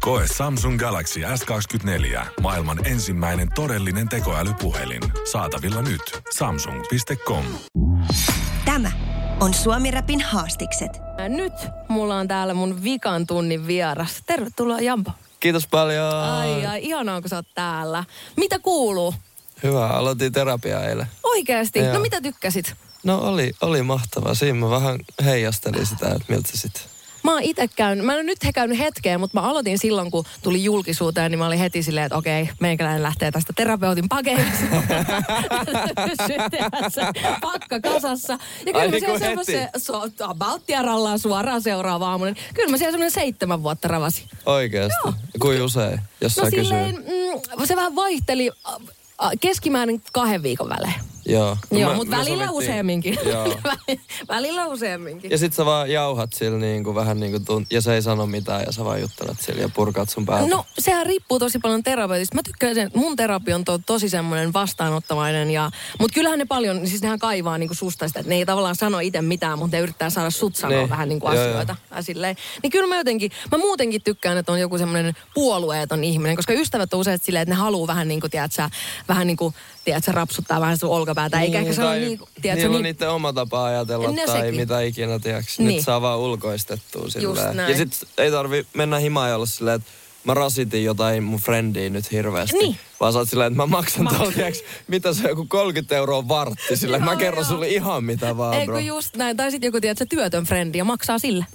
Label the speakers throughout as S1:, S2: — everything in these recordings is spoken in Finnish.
S1: Koe Samsung Galaxy S24. Maailman ensimmäinen todellinen tekoälypuhelin. Saatavilla nyt. Samsung.com.
S2: Tämä on Suomi Rapin haastikset.
S3: Äh, Nyt mulla on täällä mun vikan tunnin vieras. Tervetuloa Jampo.
S4: Kiitos paljon.
S3: Ai ai, ihanaa kun sä oot täällä. Mitä kuuluu?
S4: Hyvä, aloitin terapiaa eilen.
S3: Oikeesti?
S4: Joo.
S3: No mitä tykkäsit?
S4: No oli, oli mahtavaa. Siinä mä vähän heijastelin sitä, että miltä se sitten...
S3: Mä oon itse käynyt, mä en ole nyt he käynyt hetkeen, mutta mä aloitin silloin, kun tuli julkisuuteen, niin mä olin heti silleen, että okei, meikäläinen lähtee tästä terapeutin pakeista. Pysyy tehdä se pakka kasassa. Ja kyllä
S4: Ai
S3: mä
S4: niin
S3: siellä
S4: kuin
S3: semmoisen, so, Baltiarallaan suoraan seuraava aamunen. Kyllä mä siellä semmoinen seitsemän vuotta ravasin.
S4: Oikeasti.
S3: Joo.
S4: Kuin usein, jos
S3: No
S4: sä kysyy.
S3: silleen, mm, se vähän vaihteli ä, ä, keskimäärin kahden viikon välein.
S4: Joo.
S3: No Joo,
S4: me-
S3: mutta
S4: me
S3: välillä
S4: sovittiin-
S3: useamminkin.
S4: Joo.
S3: välillä useamminkin.
S4: Ja sit sä vaan jauhat sillä niinku vähän niinku tunt- ja se ei sano mitään ja sä vaan juttelet sillä ja purkaat sun päältä.
S3: No, sehän riippuu tosi paljon terapeutista. Mä tykkään sen, mun terapia on to, tosi semmoinen vastaanottavainen. Ja, mutta kyllähän ne paljon, siis nehän kaivaa niinku susta sitä, että ne ei tavallaan sano itse mitään, mutta ne yrittää saada sut sanoa
S4: Niin,
S3: vähän niinku
S4: joo,
S3: asioita. Ja silleen. Niin kyllä mä jotenkin, mä muutenkin tykkään, että on joku semmoinen puolueeton ihminen, koska ystävät on usein silleen, että ne haluaa vähän niinku, tiedätkö, vähän niinku, tiedätkö, rapsuttaa vähän sun olkapäätä. Eikä ehkä sano
S4: tai
S3: niin, tiedätkö,
S4: niillä
S3: niin,
S4: on niiden oma tapa ajatella
S3: No
S4: tai
S3: sekin.
S4: mitä ikinä, tiedätkö. Niin.
S3: Niin.
S4: Nyt saa vaan ulkoistettua sillä.
S3: näin.
S4: Ja sit ei tarvi mennä himaan ja olla silleen, että mä rasitin jotain mun frendiä nyt hirveästi.
S3: Niin.
S4: Vaan sä oot silleen, että mä maksan tuolla, tiedätkö, mitä se on, joku 30 euroa vartti sillä.
S3: Joo,
S4: mä kerron
S3: joo.
S4: sulle ihan mitä vaan,
S3: Eikö
S4: bro.
S3: just näin? Tai sitten joku, tiedätkö, työtön frendi ja maksaa sille.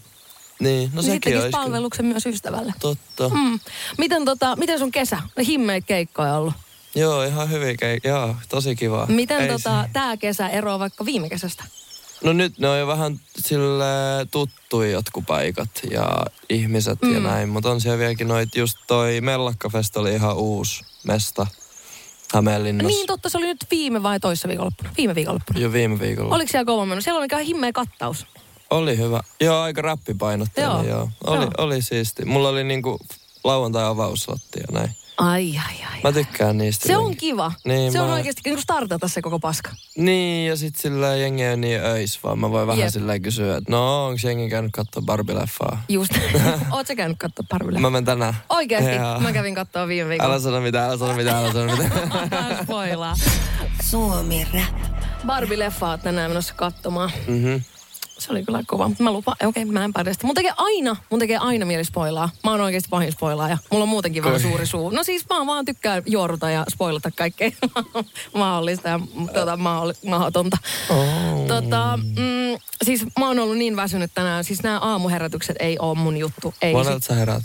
S4: Niin, no
S3: No, niin sitten
S4: sekin
S3: tekisi
S4: olisi kyllä.
S3: palveluksen myös ystävälle.
S4: Totta. Mm.
S3: Mm. Miten, tota, miten sun kesä? Himmeitä keikkoja ollut.
S4: Joo, ihan hyvin käy. Joo, tosi kiva.
S3: Miten
S4: Ei
S3: tota, tämä kesä eroaa vaikka viime kesästä?
S4: No nyt ne on jo vähän sille tuttui jotkut paikat ja ihmiset mm. ja näin, mutta on siellä vieläkin noit, just toi Mellakkafest oli ihan uusi mesta Hämeenlinnassa.
S3: Niin totta, se oli nyt viime vai toissa viikonloppuna? Viime viikonloppuna.
S4: jo viime viikolla.
S3: Oliko siellä kova meno? Siellä oli ihan himmeä kattaus.
S4: Oli hyvä. Joo, aika räppipainotteinen,
S3: Joo.
S4: joo. joo. Oli,
S3: Joo.
S4: oli siisti. Mulla oli niinku lauantai-avauslotti ja näin.
S3: Ai, ai, ai.
S4: Mä tykkään niistä.
S3: se on
S4: jotenkin.
S3: kiva.
S4: Niin,
S3: se on
S4: mä-
S3: oikeasti niin kuin startata se koko paska.
S4: Niin, ja sit sillä jengi on niin öis, vaan mä voin vähän
S3: Jep.
S4: silleen kysyä, että no, onko jengi käynyt katsoa Barbie-leffaa?
S3: Just. Oot sä käynyt katsoa parville?
S4: Mä menen tänään.
S3: Oikeasti.
S4: Joo.
S3: Mä kävin katsoa viime viikolla.
S4: Älä sano mitään, älä sano mitään, älä sano mitään.
S3: Älä spoilaa.
S2: Suomi Rap.
S3: Barbie-leffaa oot tänään menossa katsomaan.
S4: Mhm.
S3: Se oli kyllä kova, mutta mä lupaan, okei okay, mä en pärjästä. Mun tekee aina, mun tekee aina mieli spoilaa. Mä oon oikeasti pahin spoilaaja. Mulla on muutenkin vähän suuri suu. No siis mä vaan tykkään juoruta ja spoilata kaikkea mahdollista ja tota, mahdoll- mahdotonta. Oh. Tota, mm, siis mä oon ollut niin väsynyt tänään. Siis nämä aamuherätykset ei oo mun juttu. Ei. siis
S4: Monelta sä herät?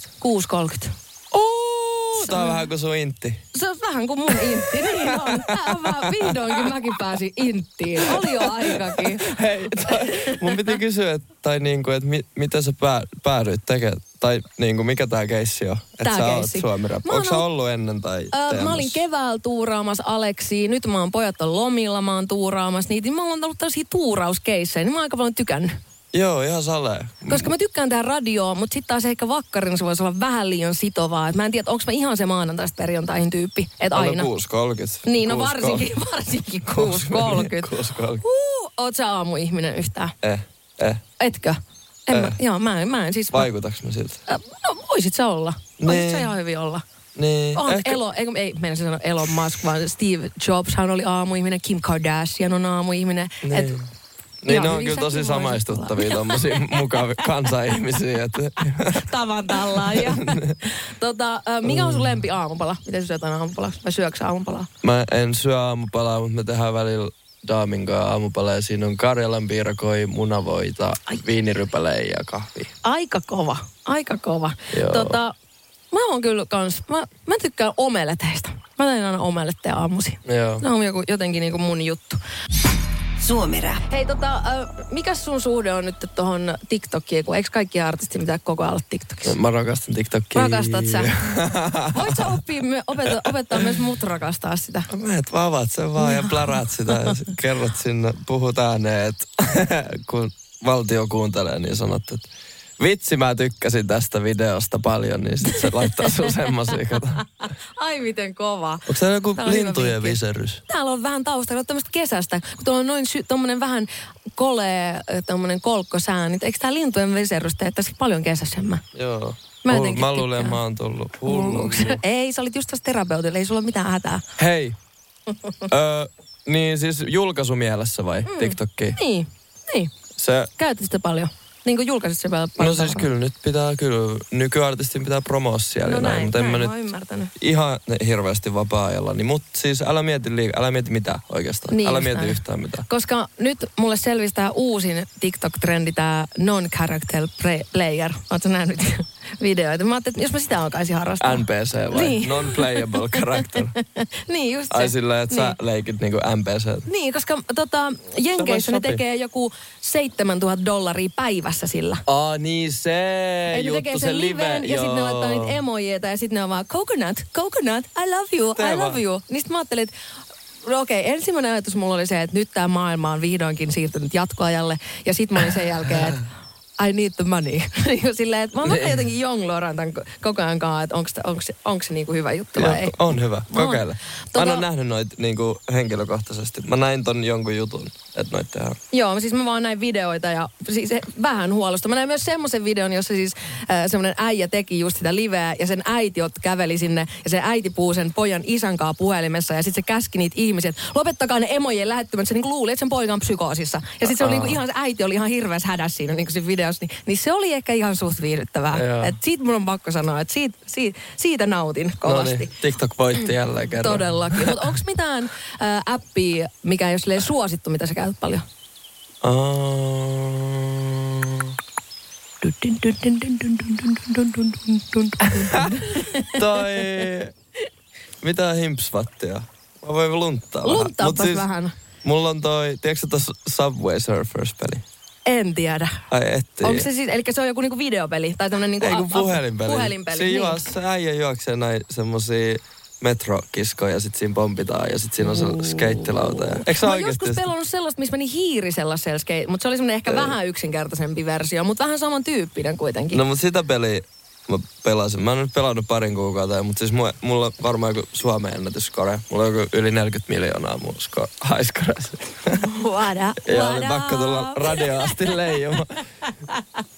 S3: 6.30.
S4: Ooo, tää on vähän kuin sun intti.
S3: Se on vähän kuin mun intti. Niin on. Tää on vähän, vihdoinkin mäkin pääsin inttiin. Oli jo aikakin.
S4: Hei, tai, mun piti kysyä, että, tai niinku, että mi, mitä sä pää, päädyit tekemään, tai niinku, mikä tää keissi on? Että
S3: Tää
S4: sä oot
S3: keissi.
S4: Suomi Rap.
S3: Mä oon
S4: Onko sä
S3: ollut-
S4: ollut ennen tai
S3: Öö, mä
S4: teemässä?
S3: olin keväällä tuuraamassa Aleksiin, nyt mä oon pojat on lomilla, mä oon tuuraamassa niitä. Niin Mä oon ollut tällaisia tuurauskeissejä, niin mä oon aika paljon tykännyt.
S4: Joo, ihan salee.
S3: Koska mä tykkään tehdä radioa, mutta sitten taas ehkä vakkarina se voisi olla vähän liian sitovaa. Et mä en tiedä, onko mä ihan se maanantaista perjantaihin tyyppi, että aina.
S4: Aina. 6.30.
S3: Niin, no
S4: 6.30.
S3: varsinkin, varsinkin 6.30.
S4: 6.30.
S3: Huu, oot sä aamuihminen yhtään?
S4: Eh, eh.
S3: Etkö? En mä,
S4: Eh.
S3: joo, mä en, mä en siis... Mä,
S4: Vaikutaks mä siltä?
S3: Ö, no, voisit sä olla. Voisit
S4: Niin.
S3: sä ihan hyvin olla.
S4: Niin.
S3: On Ehkä... Elo, ei, ei meidän sanoa Elon Musk, vaan Steve Jobs, hän oli aamuihminen, Kim Kardashian on aamuihminen.
S4: Niin.
S3: Et,
S4: Niin,
S3: ihan
S4: ne on
S3: hyvin
S4: kyllä
S3: säkin
S4: tosi
S3: voisit
S4: samaistuttavia
S3: olla.
S4: tommosia mukavia kansaihmisiä. Että...
S3: Tavan tallaan. Ja,
S4: Niin.
S3: tota, ö, mikä on
S4: Mm.
S3: sun lempi aamupala? Miten sä syöt aina aamupalaa? Vai syöksä aamupalaa?
S4: Mä en syö aamupalaa, mutta me tehdään välillä daamin kanssa aamupalaa. ja Siinä on Karjalan piirakoi, munavoita, viinirypäleitä ja kahvi.
S3: Aika kova, aika kova.
S4: Joo.
S3: Tota, mä oon kyllä kans, mä, mä tykkään omeleteista. Mä teen aina omeletteja aamusi.
S4: Joo.
S3: Ne on joku, jotenkin niinku mun juttu.
S2: Suomi Rap.
S3: Hei tota, äh, mikä sun suhde on nyt tohon TikTokiin, kun eikö kaikki artistit mitään koko ajan olla TikTokissa?
S4: Mä rakastan TikTokia.
S3: Rakastat sä? Voit sä oppia, my- opeta, opettaa myös mut rakastaa sitä?
S4: Meet vaan avaat sen vaan ja pläräät sitä ja sit kerrot sinne, puhut ääneen, että kun valtio kuuntelee, niin sanot, että vitsi mä tykkäsin tästä videosta paljon, niin sitten se laittaa sun semmosia. Kato.
S3: Ai miten kova.
S4: Onko täällä joku
S3: Tää on hyvä
S4: lintujen
S3: vinkki.
S4: viserys?
S3: Täällä on vähän taustalla tämmöistä kesästä, kun tuolla on noin sy- tommonen vähän kolee, tommonen kolkkosää, niin eikö tää lintujen veserusta, että tässä paljon kesäisemmä?
S4: Joo.
S3: Mä
S4: Mä,
S3: jotenkin
S4: mä luulen,
S3: tykkään.
S4: mä oon tullut hulluksi.
S3: ei, sä olit just tässä terapeutilla, ei sulla ole mitään hätää.
S4: Hei. Ö, niin siis julkaisumielessä vai mm. TikTokki?
S3: Niin, niin.
S4: Se,
S3: Käytät sitä paljon. Niin kuin julkaisit sitä paljon.
S4: no siis kyllä nyt pitää, kyllä nykyartistin pitää promoa siellä.
S3: No
S4: ja
S3: näin,
S4: mutta en mä
S3: näin,
S4: nyt
S3: mä oon ymmärtänyt.
S4: ihan hirveästi vapaa-ajalla. Niin, mutta siis älä mieti, liikaa, älä mieti mitään oikeastaan. Niin älä
S3: just
S4: mieti
S3: näin.
S4: yhtään mitään.
S3: Koska nyt mulle selvisi tämä uusin TikTok-trendi, tämä non-character pre- player. Oletko nähnyt videoita? Mä ajattelin, että jos mä sitä alkaisin harrastaa.
S4: NPC vai?
S3: Niin.
S4: Non-playable character.
S3: niin, just se.
S4: Ai sillä, että sä leikit niinku NPC.
S3: Niin, koska tota, Jenkeissä ne
S4: sopii.
S3: tekee joku 7000 dollaria päivässä sillä.
S4: Aa, niin se
S3: Eli ne
S4: juttu,
S3: tekee
S4: se
S3: sen
S4: live.
S3: liven ja sitten ne laittaa niitä emojeita ja sitten ne on vaan coconut, coconut, I love you, I
S4: Teema.
S3: love you. Niin sit mä ajattelin, että no okei, ensimmäinen ajatus mulla oli se, että nyt tämä maailma on vihdoinkin siirtynyt jatkoajalle. Ja sit mä olin sen jälkeen, että I need the money. Niin kuin Silleen, että mä vähän jotenkin jongloran tämän koko ajan kanssa, että onko se, onks se, onks se niinku hyvä juttu vai ei.
S4: Joo, on hyvä,
S3: On.
S4: kokeile. Mä en
S3: Tota-
S4: ole nähnyt noita niinku, henkilökohtaisesti. Mä näin ton jonkun jutun, että noita tehdään.
S3: Joo, siis mä vaan näin videoita ja siis se- vähän huolesta. Mä näin myös semmoisen videon, jossa siis äh, semmoinen äijä teki just sitä liveä ja sen äiti ot käveli sinne ja se äiti puhuu sen pojan isän kanssa puhelimessa ja sitten se käski niitä ihmisiä, että lopettakaa ne emojen lähettömät. Se niinku luuli, että sen poika on psykoosissa. Ja sitten se oli niinku ihan, se äiti oli ihan hirveässä hädässä siinä niinku siinä videossa, niin, niin, se oli ehkä ihan suht
S4: Joo.
S3: viihdyttävää. Et siitä mun on pakko sanoa, että siitä, siitä, siitä nautin kovasti.
S4: No niin, TikTok voitti jälleen kerran.
S3: Todellakin. Mutta onko mitään äh, appia, mikä ei ole silleen suosittu, mitä sä käytät paljon?
S4: Aa, toi... Mitä himpsvattia? Mä voin lunttaa vähän. siis
S3: Lunttaapas vähän.
S4: Mulla on toi, tiedätkö tuossa Subway Surfers-peli?
S3: En tiedä.
S4: Ai et tiedä.
S3: Onko se siis, eli se on joku niinku videopeli tai tämmönen niinku
S4: Ei kun
S3: a- a-
S4: puhelinpeli.
S3: puhelinpeli. niin.
S4: Siinä juo, se äijä juoksee näin semmosia metrokiskoja ja sit siinä pompitaan ja sit siinä on se skeittilauta. Ja... Eikö se
S3: Mä oon
S4: oikeesti?
S3: joskus pelannut sellaista, missä meni hiiri sellaisella skate, mutta se oli semmoinen ehkä vähän yksinkertaisempi versio, mutta vähän samantyyppinen kuitenkin.
S4: No mut sitä peliä mä pelasin. Mä oon nyt pelannut parin kuukautta, mutta siis mulla, mulla on varmaan joku Suomen ennätyskore. Mulla on joku yli 40 miljoonaa mun sko- haiskoressa.
S3: What up,
S4: Ja
S3: what
S4: oli pakko tulla
S3: up?
S4: radioon asti leijumaan.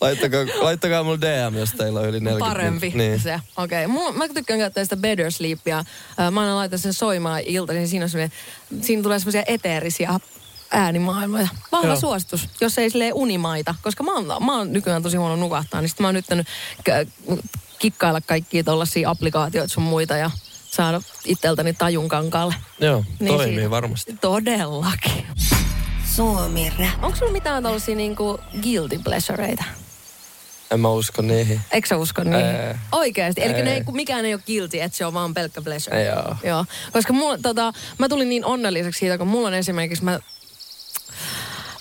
S4: Laittakaa, laittakaa mulle DM, jos teillä on yli 40.
S3: Parempi
S4: Niin.
S3: se, okei. Okay. Mä tykkään käyttää sitä Better Sleepia. Ö, Mä aina laitan sen soimaan iltaisin. Siinä, on semmoinen- siinä tulee semmoisia eteerisiä äänimaailmoja. Vahva
S4: Joo.
S3: suositus, jos ei silleen unimaita. Koska mä oon, mä oon nykyään tosi huono nukahtaa, niin sit mä oon yrittänyt k- kikkailla kaikkia tollaisia applikaatioita sun muita ja saada itseltäni tajun kankaalle.
S4: Joo,
S3: Niin
S4: toimii
S3: siinä.
S4: varmasti.
S3: Todellakin.
S2: Suomi Rap.
S3: Onko sulla mitään tollasia niinku guilty pleasureita?
S4: En mä usko niihin.
S3: Eikö sä usko niin?
S4: Ei.
S3: Oikeasti. Eli ne
S4: Ei.
S3: ei, kun mikään ei ole guilty, että se on vaan pelkkä pleasure.
S4: Joo.
S3: Joo. Koska mulla, tota, mä tulin niin onnelliseksi siitä, kun mulla on esimerkiksi, mä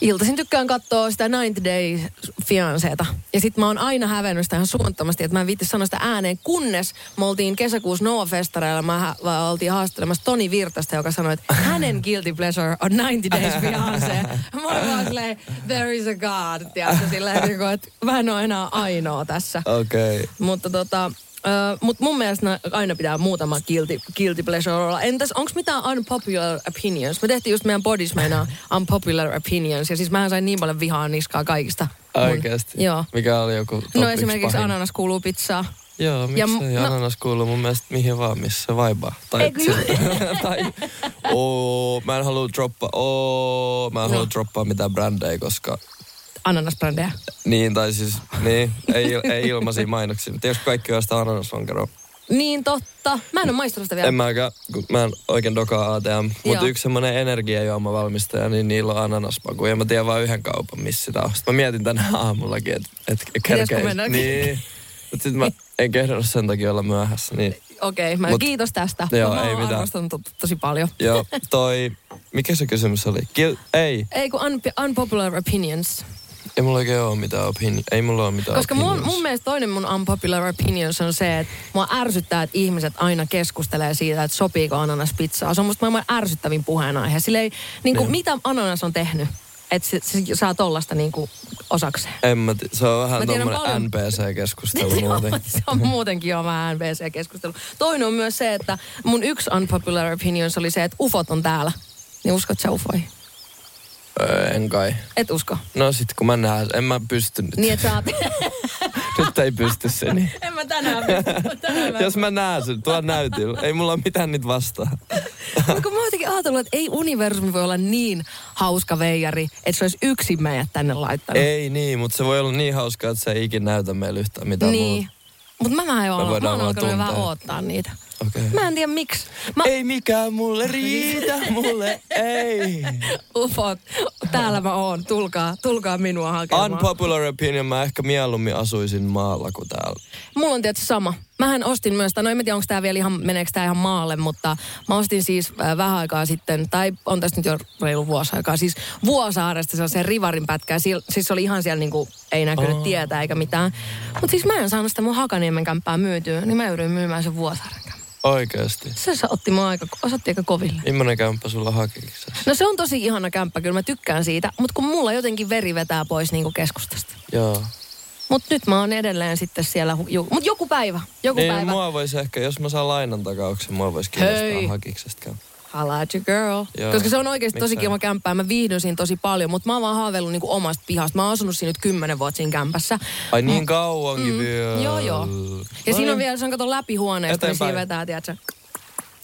S3: iltaisin tykkään katsoa sitä 90 Day Fianceeta. Ja sit mä oon aina hävennyt sitä ihan suunnattomasti, että mä en viitti sanoa sitä ääneen, kunnes me oltiin kesäkuussa Noa Festareilla, mä hä- mä oltiin haastelemassa Toni Virtasta, joka sanoi, että hänen guilty pleasure on 90 Days Fiancé. Mä olin vaan silleen, there is a God, tiedätkö, silleen, niinku, että mä en oo enää ainoa tässä.
S4: Okei. Okay.
S3: Mutta tota, mutta mun mielestä nä- aina pitää muutama guilty, guilty pleasure olla. Entäs onko mitään unpopular opinions? Me tehtiin just meidän bodys meinaa unpopular opinions. Ja siis mähän sain niin paljon vihaa niskaa kaikista. mun-
S4: Oikeesti?
S3: Joo.
S4: Mikä oli joku top
S3: No
S4: yksi
S3: esimerkiksi
S4: pahin?
S3: ananas kuuluu pizzaa.
S4: Joo,
S3: Ja
S4: miksei
S3: m- no-
S4: ja, ananas kuuluu mun mielestä mihin vaan, missä se vaibaa. Tai,
S3: Eikö
S4: sillä- tai oo, mä en halua droppaa, oo,
S3: No.
S4: mä en halua droppaa mitään brändejä, koska
S3: Ananasbrändejä.
S4: niin, tai siis, niin, ei, il- ei ilmaisia mainoksia. Mutta jos kaikki on sitä ananasvankeroa.
S3: Niin totta. Mä en ole maistanut sitä vielä.
S4: En mäkään, kun mä en oikein dokaa ATM.
S3: Joo.
S4: Mutta yksi semmonen energiajuomavalmistaja, niin niillä on ananasmaku. Ja mä tiedän vain yhden kaupan, missä sitä on. Sitten mä mietin tänä aamullakin, että et kerkeis.
S3: mennä?
S4: Niin. Mutta sitten mä en kehdannut sen takia olla myöhässä. Niin.
S3: Okei, mä
S4: Mut-
S3: kiitos tästä.
S4: Joo,
S3: mä
S4: ei
S3: oon
S4: mitään.
S3: arvostanut to- tosi paljon.
S4: Joo, toi, Mikä se kysymys oli? Kil- ei.
S3: Ei kun un- unpopular opinions.
S4: Ei mulla oikein ole mitään opini- Ei mulla ole mitään
S3: Koska mun,
S4: opinions.
S3: mun mielestä toinen mun unpopular opinions on se, että mua ärsyttää, että ihmiset aina keskustelee siitä, että sopiiko ananas pizzaa. Se on musta maailman ärsyttävin puheenaihe. Sille ei, niin kuin, mitä ananas on tehnyt, että se, se saa tollasta niin kuin osakseen.
S4: En mä, ti- se on
S3: Mä
S4: vähän
S3: tiedän
S4: tommonen
S3: paljon-
S4: NPC-keskustelu
S3: se, on,
S4: muuten.
S3: se on muutenkin jo vähän NPC-keskustelu. Toinen on myös se, että mun yksi unpopular opinions oli se, että ufot on täällä. Niin uskot sä ufoihin?
S4: Öö, en kai.
S3: Et usko.
S4: No sit kun mä näen, en mä pysty nyt.
S3: Niin, että sä oot...
S4: Nyt ei pysty se niin.
S3: en mä tänään pysty. Tänään mä
S4: Jos mä näen sen, tuolla näytillä. Ei mulla ole mitään niitä vastaan.
S3: Mut kun mä oon jotenkin ajatellut, että ei universumi voi olla niin hauska veijari, että se olisi yksin meidät tänne laittanut.
S4: Ei niin, mutta se voi olla niin hauskaa, että se ei ikinä näytä meille yhtään mitään
S3: niin.
S4: muuta.
S3: Mutta mä vähän jo mä, mä
S4: voidaan
S3: oon
S4: vaan
S3: alkanut jo vähän
S4: tuntea.
S3: oottaa niitä.
S4: Okei.
S3: Mä en tiedä miksi. Mä
S4: Ei mikään mulle riitä, mulle ei.
S3: ufot, täällä mä oon, tulkaa, tulkaa minua hakemaan.
S4: Unpopular opinion, mä ehkä mieluummin asuisin maalla kuin täällä.
S3: Mulla on tietysti sama. Mähän ostin myös, tai no en mä tiedä, onko tämä vielä ihan, meneekö tämä ihan maalle, mutta mä ostin siis äh, vähän aikaa sitten, tai on tästä nyt jo reilu vuosi aikaa, siis Vuosaaresta sellaisen rivarin pätkää. Siil, siis se oli ihan siellä niinku, ei näkynyt oh. tietä eikä mitään. Mutta siis mä en saanut sitä mun Hakaniemen kämppää myytyä, niin mä joudun myymään sen Vuosaaren kämppää.
S4: Oikeesti.
S3: Se sa- otti mua aika, osatti aika koville.
S4: Immonen kämppä sulla hakiksessa.
S3: No se on tosi ihana kämppä, kyllä mä tykkään siitä, mutta kun mulla jotenkin veri vetää pois niinku keskustasta.
S4: Joo.
S3: Mutta nyt mä oon edelleen sitten siellä, hu- ju- mutta joku päivä, joku
S4: Niin,
S3: päivä.
S4: mua voisi ehkä, jos mä saan lainan takauksen, mua voisi kiinnostaa
S3: Hei.
S4: hakiksesta kämppä.
S3: Holla at your girl.
S4: Joo.
S3: Koska se on oikeasti tosi
S4: Miksei?
S3: kiva kämppää. Mä viihdyn siinä tosi paljon, mutta mä oon vaan haaveillut niinku omasta pihasta. Mä oon asunut siinä nyt kymmenen vuotta siinä kämpässä.
S4: Ai niin kauankin mm. vielä.
S3: Joo, joo. Ja
S4: No
S3: siinä on
S4: niin.
S3: vielä, se on kato läpi huoneesta, niin
S4: Eteenpäin.
S3: siinä vetää, tiedätkö?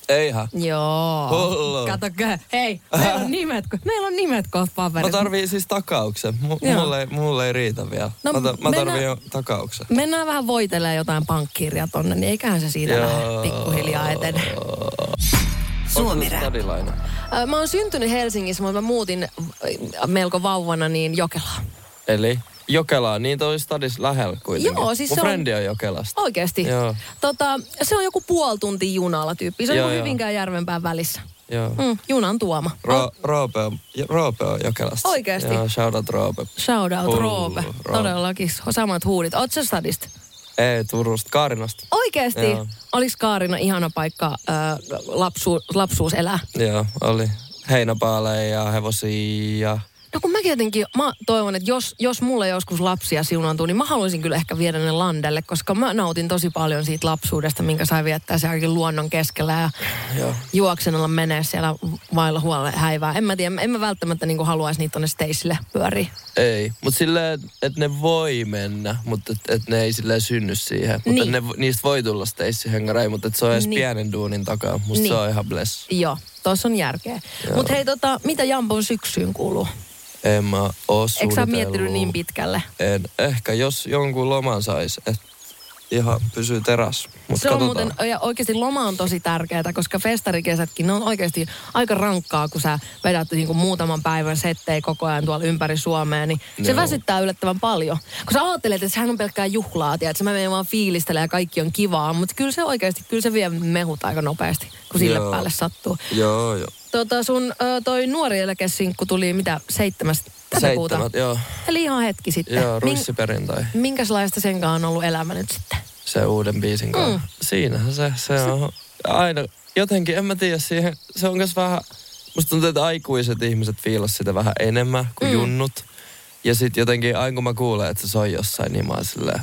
S4: Eihän.
S3: Joo.
S4: Hullu.
S3: Kato, kö- hei, meillä on nimet, ko- meillä on nimet kohta
S4: Mä
S3: paperissa.
S4: tarviin siis takauksen. M-
S3: Joo.
S4: mulle, ei- mulle ei riitä vielä.
S3: No,
S4: No, mä, ta- mä
S3: mennään-
S4: tarviin jo takauksen.
S3: Mennään vähän voitelemaan jotain pankkiiria tonne, niin eiköhän se siitä
S4: Joo.
S3: lähde pikkuhiljaa etene.
S2: Suomi Rap.
S4: Stadilainen.
S3: Ö, Mä oon syntynyt Helsingissä, mutta mä muutin ö, melko vauvana niin Jokelaan.
S4: Eli Jokelaa, niin toi stadis lähellä kuitenkin.
S3: Joo, siis
S4: Mun
S3: se on-
S4: frendi on Jokelasta.
S3: Oikeesti?
S4: Joo.
S3: Tota, se on joku puoli tuntia junalla tyyppi. Se on
S4: Joo,
S3: joku
S4: joo.
S3: Hyvinkään järvenpään välissä.
S4: Joo.
S3: Mm, junan tuoma.
S4: Ro- Roope, on, Jo- Roope on Jokelasta.
S3: Oikeesti?
S4: Joo, shout out Roope.
S3: Shout out,
S4: Hullu,
S3: Roope.
S4: Roope.
S3: Todellakin samat huudit. Oot sä stadista?
S4: Ei, Turusta, Kaarinasta.
S3: Oikeesti?
S4: Joo.
S3: Olis Kaarina ihana paikka äh, lapsu, lapsuus elää?
S4: Joo, oli heinäpaaleja ja hevosia ja...
S3: No kun mäkin jotenkin, mä toivon, että jos, jos mulle joskus lapsia siunaantuu, niin mä haluaisin kyllä ehkä viedä ne landelle, koska mä nautin tosi paljon siitä lapsuudesta, minkä sai viettää se ainakin luonnon keskellä ja
S4: Joo.
S3: juoksenalla menee siellä vailla huolella häivää. En mä tiedä, en mä välttämättä niin haluaisi niitä tonne Staceille pyöriä.
S4: Ei, mutta silleen, että ne voi mennä, mutta että et ne ei silleen synny siihen. Mutta
S3: Niin.
S4: ne, vo- niistä voi tulla steissihengarei, mutta et se on edes
S3: Niin.
S4: niin. pienen duunin takaa. Musta
S3: Niin.
S4: niin. se on ihan bless.
S3: Joo, tuossa on järkeä. Mutta hei, tota, mitä Jampon syksyyn kuuluu?
S4: En mä oo
S3: Eikö sä
S4: suunnitellut.
S3: miettinyt niin pitkälle?
S4: En. Ehkä jos jonkun loman sais, että ihan pysyy teräs. Mut
S3: se on
S4: katsotaan.
S3: muuten, ja oikeasti loma on tosi tärkeää, koska festarikesätkin, ne on oikeasti aika rankkaa, kun sä vedät niin kuin muutaman päivän settejä koko ajan tuolla ympäri Suomea, niin se
S4: Joo.
S3: väsyttää yllättävän paljon. Kun sä ajattelet, että sehän on pelkkää juhlaa, tiedät, että mä menen vaan fiilistelemään ja kaikki on kivaa, mutta kyllä se oikeasti, kyllä se vie mehut aika nopeasti, kun sille
S4: Joo.
S3: päälle sattuu.
S4: Joo, joo.
S3: Tota sun ö, toi nuori eläkesinkku tuli mitä, seitsemäs tätä Äh, niin- kuuta?
S4: Seitsemät, joo.
S3: Eli ihan hetki sitten.
S4: Joo,
S3: Min-
S4: ruissiperjantai.
S3: minkäslaista senkaan on ollut elämä nyt sitten?
S4: se uuden biisin kanssa. Mm. Siinähän se, se on aina, jotenkin en mä tiedä siihen, se on myös vähän, musta tuntuu, että aikuiset ihmiset fiilas sitä vähän enemmän kuin mm. junnut. Ja sit jotenkin aina kun mä kuulen, että se soi jossain, niin mä oon silleen,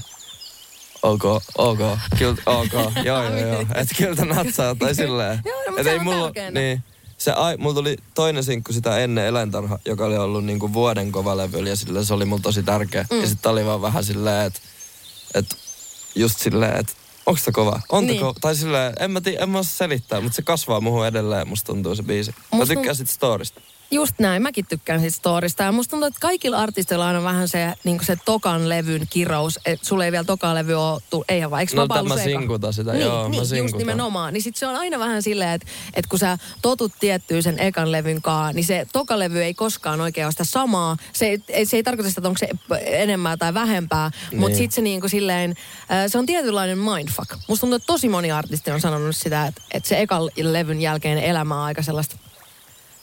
S4: ok, ok, kyllä, ok, joo, joo, joo. Et kyllä tää natsaa tai silleen.
S3: Joo, no, mut
S4: Et
S3: se
S4: ei
S3: on
S4: mulla,
S3: tärkeintä.
S4: niin, se, ai, mulla tuli toinen sinkku sitä ennen Eläintarha, joka oli ollut niinku vuoden kovalevyllä ja sillä se oli mulla tosi tärkeä. Mm. Ja sitten oli vaan vähän silleen, että että just silleen, että onko se kova? On
S3: Niin.
S4: niin. kova. Tai silleen, en mä, tii, en mä osaa selittää, mutta se kasvaa muuhun edelleen, musta tuntuu se biisi. Mä
S3: Musta-
S4: tykkään sit storista.
S3: Just näin, mäkin tykkään siitä storista. Ja musta tuntuu, että kaikilla artisteilla on aina vähän se, niin se tokan levyn kirous. Et sulla ei vielä tokan levy ole tullut, eihän vaan, eikö
S4: No,
S3: Vapaa
S4: tää mä
S3: ollut se eka?
S4: sinkutan sitä,
S3: niin,
S4: joo, mä
S3: niin, just
S4: sinkutan.
S3: nimenomaan. Niin sit se on aina vähän silleen, että, että kun sä totut tiettyyn sen ekan levyn kaa, niin se toka levy ei koskaan oikein ole sitä samaa. Se, ei- ei, se ei tarkoita sitä, että onko se enemmän tai vähempää, niin. mutta
S4: Niin.
S3: sit se niin kuin silleen, äh, se on tietynlainen mindfuck. Musta tuntuu, että tosi moni artisti on sanonut sitä, että, että se ekan levyn jälkeen elämä on aika sellaista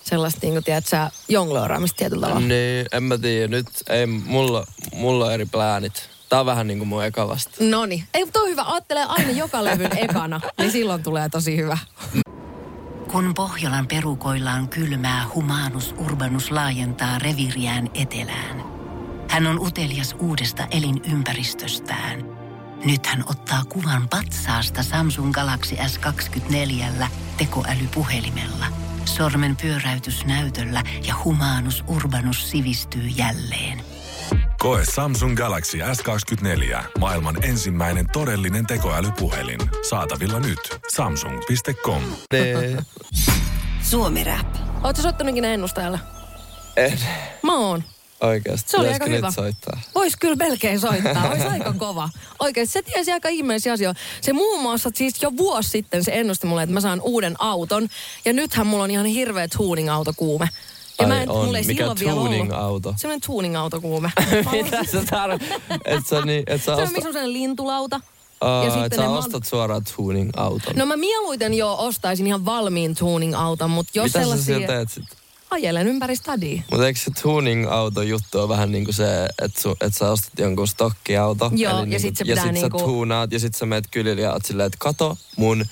S3: sellaista, niin kuin, tiedät sä, jonglööraamista tietyllä tavalla.
S4: Niin, en mä tiedä. Nyt ei, mulla, mulla on eri pläänit. Tää on vähän niinku mun eka vasta.
S3: No niin. Ei, mutta on hyvä. Ajattelee aina joka levyn ekana, niin silloin tulee tosi hyvä.
S5: Kun Pohjolan perukoillaan kylmää, humanus urbanus laajentaa reviriään etelään. Hän on utelias uudesta elinympäristöstään. Nyt hän ottaa kuvan patsaasta Samsung Galaxy S24 tekoälypuhelimella. Sormen pyöräytys näytöllä ja humanus urbanus sivistyy jälleen.
S1: Koe Samsung Galaxy S24. Maailman ensimmäinen todellinen tekoälypuhelin. Saatavilla nyt. Samsung.com.
S4: Niin,
S2: Suomi Rap.
S3: Oletko soittanut ikinä ennustajalle?
S4: en.
S3: Mä oon.
S4: Oikeesti.
S3: Se oli
S4: Pitäisikö
S3: aika
S4: nyt
S3: hyvä.
S4: soittaa?
S3: Vois kyllä melkein soittaa, olisi aika kova. Oikeasti se tiesi aika ihmeisiä asioita. Se muun muassa siis jo vuosi sitten se ennusti mulle, että mä saan uuden auton. Ja nythän mulla on ihan hirveet tuning-autokuume. Ja
S4: Ai
S3: mä en,
S4: on.
S3: mulla ei
S4: Mikä
S3: silloin vielä
S4: tuning-auto?
S3: ollut. Semmoinen tuning-autokuume.
S4: Mitä sä tarvitset? Et sä, niin, et sä
S3: Se on
S4: osta,
S3: missä on sellainen lintulauta.
S4: Aa, et sä
S3: ne man-
S4: ostat suoraan tuning-auton.
S3: No mä mieluiten jo ostaisin ihan valmiin tuning-auton, mutta jos
S4: Mitä sä
S3: sellaisia...
S4: siellä teet sit?
S3: Ajelen ympäri stadia.
S4: Mutta eikö se tuning-auto juttu on vähän niin kuin se, että su, et sä ostat jonkun stokkiauto.
S3: Joo, ja
S4: niin kuin-
S3: sit se
S4: ja
S3: pitää
S4: sit
S3: niinku-
S4: sä tuunaat ja sit sä meet kylille ja oot silleen, että kato mun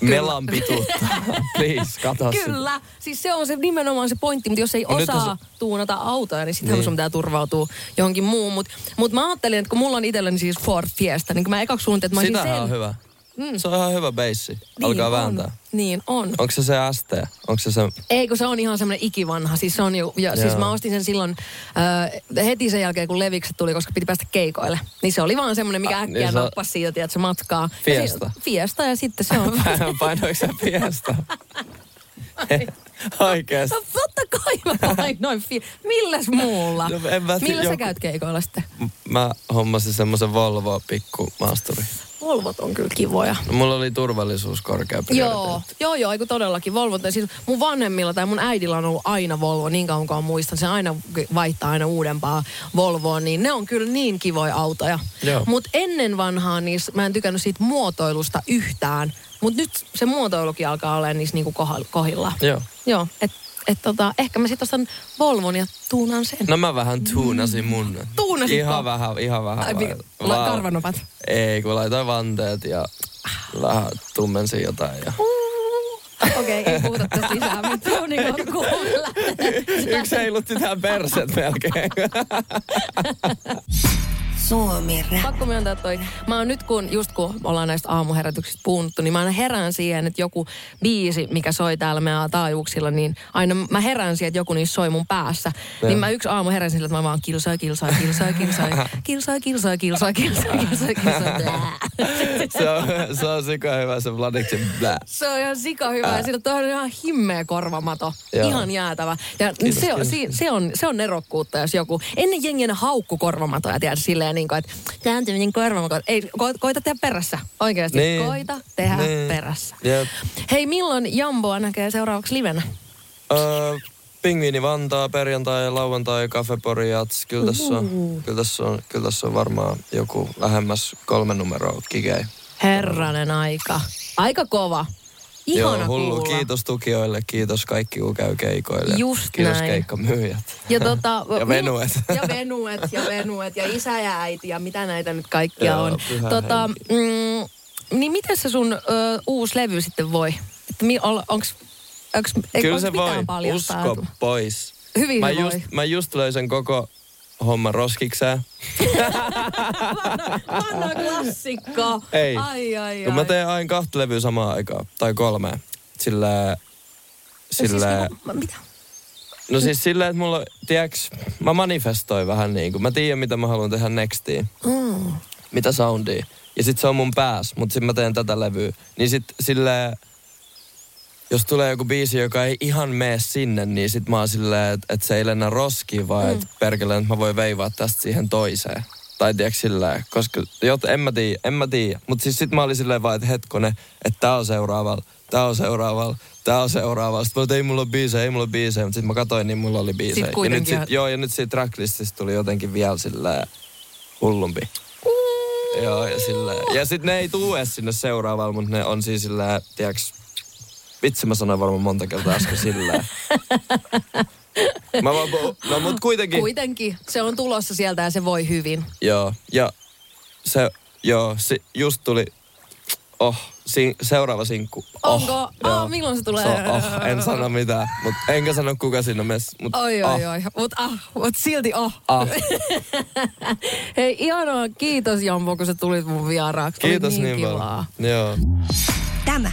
S4: melan pituutta. Please, kato sitä.
S3: Kyllä, siis se on se nimenomaan se pointti, mutta jos ei
S4: Mut Ah, No nyt on
S3: osaa tuunata autoja, niin sittenhän niin. sun pitää turvautua johonkin muuhun. Mutta mut mä ajattelin, että kun mulla on itselleni siis Ford Fiesta, niin kun mä ekaksi suunnittelin, että mä olisin
S4: Sitähän
S3: sen...
S4: on hyvä. Mm. Se on ihan hyvä beissi.
S3: Niin
S4: Alkaa
S3: on.
S4: vääntää.
S3: Niin on.
S4: Onko se se ST? Onko se se...
S3: Ei, kun se on ihan semmoinen ikivanha. Siis, se on jo, ja, siis
S4: Joo.
S3: mä ostin sen silloin äh, heti sen jälkeen, kun levikset tuli, koska piti päästä keikoille. Niin se oli vaan semmoinen, mikä
S4: Ah,
S3: äkkiä
S4: niin se on-
S3: nappasi siitä, tiedätkö, matkaa. Ja
S4: Fiesta.
S3: si- fiesta ja sitten se on...
S4: Painoiko sä piestä? Oikeesti.
S3: No totta kai mä painoin fi- Milläs muulla?
S4: No, en mä tiedä,
S3: Millä sä
S4: joku-
S3: käyt keikoilla sitten?
S4: Mä hommasin semmoisen Volvo pikku maasturi.
S3: Volvot on kyllä kivoja.
S4: No, mulla oli turvallisuus korkea
S3: Joo,
S4: prioriteetti.
S3: joo, joo, eiku todellakin. Volvo, tai siis mun vanhemmilla tai mun äidillä on ollut aina Volvo, niin kauan kuin muistan. Se aina vaihtaa aina uudempaa Volvoa, niin ne on kyllä niin kivoja autoja.
S4: Joo.
S3: Mutta ennen vanhaa niissä, mä en tykännyt siitä muotoilusta yhtään. Mutta nyt se muotoilukin alkaa olla niissä niinku kohal- kohdillaan.
S4: Joo.
S3: Joo, et, et tota, ehkä mä sitten ostan Volvon ja tuunan sen.
S4: No mä vähän tuunasin mun.
S3: Tuunasitko?
S4: Ihan vähän, ihan vähän.
S3: Ai, mikä-
S4: vaan-
S3: la-
S4: vaan-
S3: karvanopat?
S4: Ei, kun laitoin vanteet ja vähän tummensin jotain. Ja...
S3: Okei, ei puhuta tästä lisää, mutta tuunin on kuulla.
S4: Yksi heilutti tähän perset melkein.
S2: Suomi Rap.
S3: Pakko myöntää toi. Mä oon nyt kun, just kun ollaan näistä aamuherätyksistä puhuttu, niin mä aina herään siihen, että joku biisi, mikä soi täällä meidän taajuuksilla, niin aina mä herään siihen, että joku niissä soi mun päässä.
S4: Joo.
S3: Niin mä yksi aamu heräsin sillä, että mä vaan kilsoi, kilsoi, kilsoi, kilsoi, kilsoi, kilsoi, kilsoi, kilsoi, kilsoi, kilsoi, kilsoi.
S4: se on, se on sika hyvä se Vladiksen blää.
S3: Se on ihan sika hyvä. Sillä tuohon on ihan himmeä korvamato.
S4: Joo.
S3: Ihan jäätävä. Ja
S4: Kiitos,
S3: se, on,
S4: kiitos,
S3: si, se, on, se on nerokkuutta, jos joku... Ennen jengien haukku korvamatoja, tiedät, silleen niin kuin, että tämä on tämmöinen korvamato. Ei, ko, koita tehdä perässä. Oikeasti.
S4: Niin.
S3: Siis Koita tehdä
S4: Niin.
S3: perässä.
S4: Jep.
S3: Hei, milloin Jamboa näkee seuraavaksi livenä?
S4: Öö, Pingviini Vantaa, perjantai, lauantai, kafepori, jats. Kyllä tässä on, kyllä tässä on, kyllä tässä on varmaan joku lähemmäs kolme numeroa kikei.
S3: Herranen aika. Aika kova. Ihana
S4: Joo, hullu.
S3: kuulla.
S4: Kiitos tukijoille, kiitos kaikki kun käy keikoille.
S3: Just
S4: kiitos
S3: näin.
S4: keikkamyyjät.
S3: Ja, tota,
S4: Ja venuet.
S3: Ja venuet, ja venuet, ja isä ja äiti, ja mitä näitä nyt kaikkia
S4: Joo,
S3: on.
S4: pyhä
S3: Tota, mm, niin miten se sun ö, uusi levy sitten voi? Että mi, ol, onks, onks, ei-
S4: Kyllä
S3: onks
S4: se
S3: mitään
S4: voi,
S3: paljastaa?
S4: usko pois.
S3: Hyvin
S4: mä
S3: se
S4: just,
S3: voi.
S4: Mä just löysin koko homman roskikseen.
S3: Vanha klassikko.
S4: Ei.
S3: Ai, ai, ai.
S4: Kun mä teen aina kahta levyä samaan aikaan, tai kolme. Sillä,
S3: Siis
S4: sillä,
S3: niinku, mä- mitä?
S4: no siis sillä, että mulla, tiiäks, mä manifestoin vähän niin kuin, mä tiedän mitä mä haluan tehdä nextiin,
S3: Mm.
S4: mitä soundia. Ja sit se on mun pääs, mut sit mä teen tätä levyä. Niin sit sillä, jos tulee joku biisi, joka ei ihan mene sinne, niin sit mä oon silleen, että et se ei lennä roskiin, vaan mm. että perkeleen, että mä voin veivaa tästä siihen toiseen. Tai tiedätkö silleen, koska jot, en mä tiedä, en mä tiedä. Mut siis sit mä olin silleen vaan, että hetkone, että tää on seuraavalla, tää on seuraavalla, tää on seuraavalla. Sitten mä olin, että ei mulla ole biisejä, ei mulla ole biisejä. Mut sit mä katsoin, niin mulla oli biisejä. ja nyt
S3: kuitenkin
S4: sit,
S3: on-
S4: joo, ja nyt siitä tracklistista tuli jotenkin vielä silleen hullumpi. Joo, ja silleen. Ja sit ne ei tuu edes sinne seuraavalle, mut ne on siis silleen, tiedätkö, vitsi mä sanoin varmaan monta kertaa äsken silleen. Mä vaan, po- no mut kuitenkin.
S3: Kuitenkin, se on tulossa sieltä ja se voi hyvin.
S4: Joo, ja se, joo, si, just tuli, oh, sin, seuraava sinkku. Oh,
S3: Onko? Aa,
S4: joo.
S3: milloin se tulee?
S4: Se on, oh, en sano mitään, mut enkä sano kuka siinä on mess, mut
S3: Oi,
S4: ah,
S3: oi, oi. Mut, ah, mut silti oh.
S4: Ah,
S3: Hei, ihanaa. Kiitos Jambo, kun sä tulit mun vieraaksi. Oli
S4: kiitos
S3: niin
S4: niin
S3: kivaa.
S4: paljon. Joo.
S2: Tämä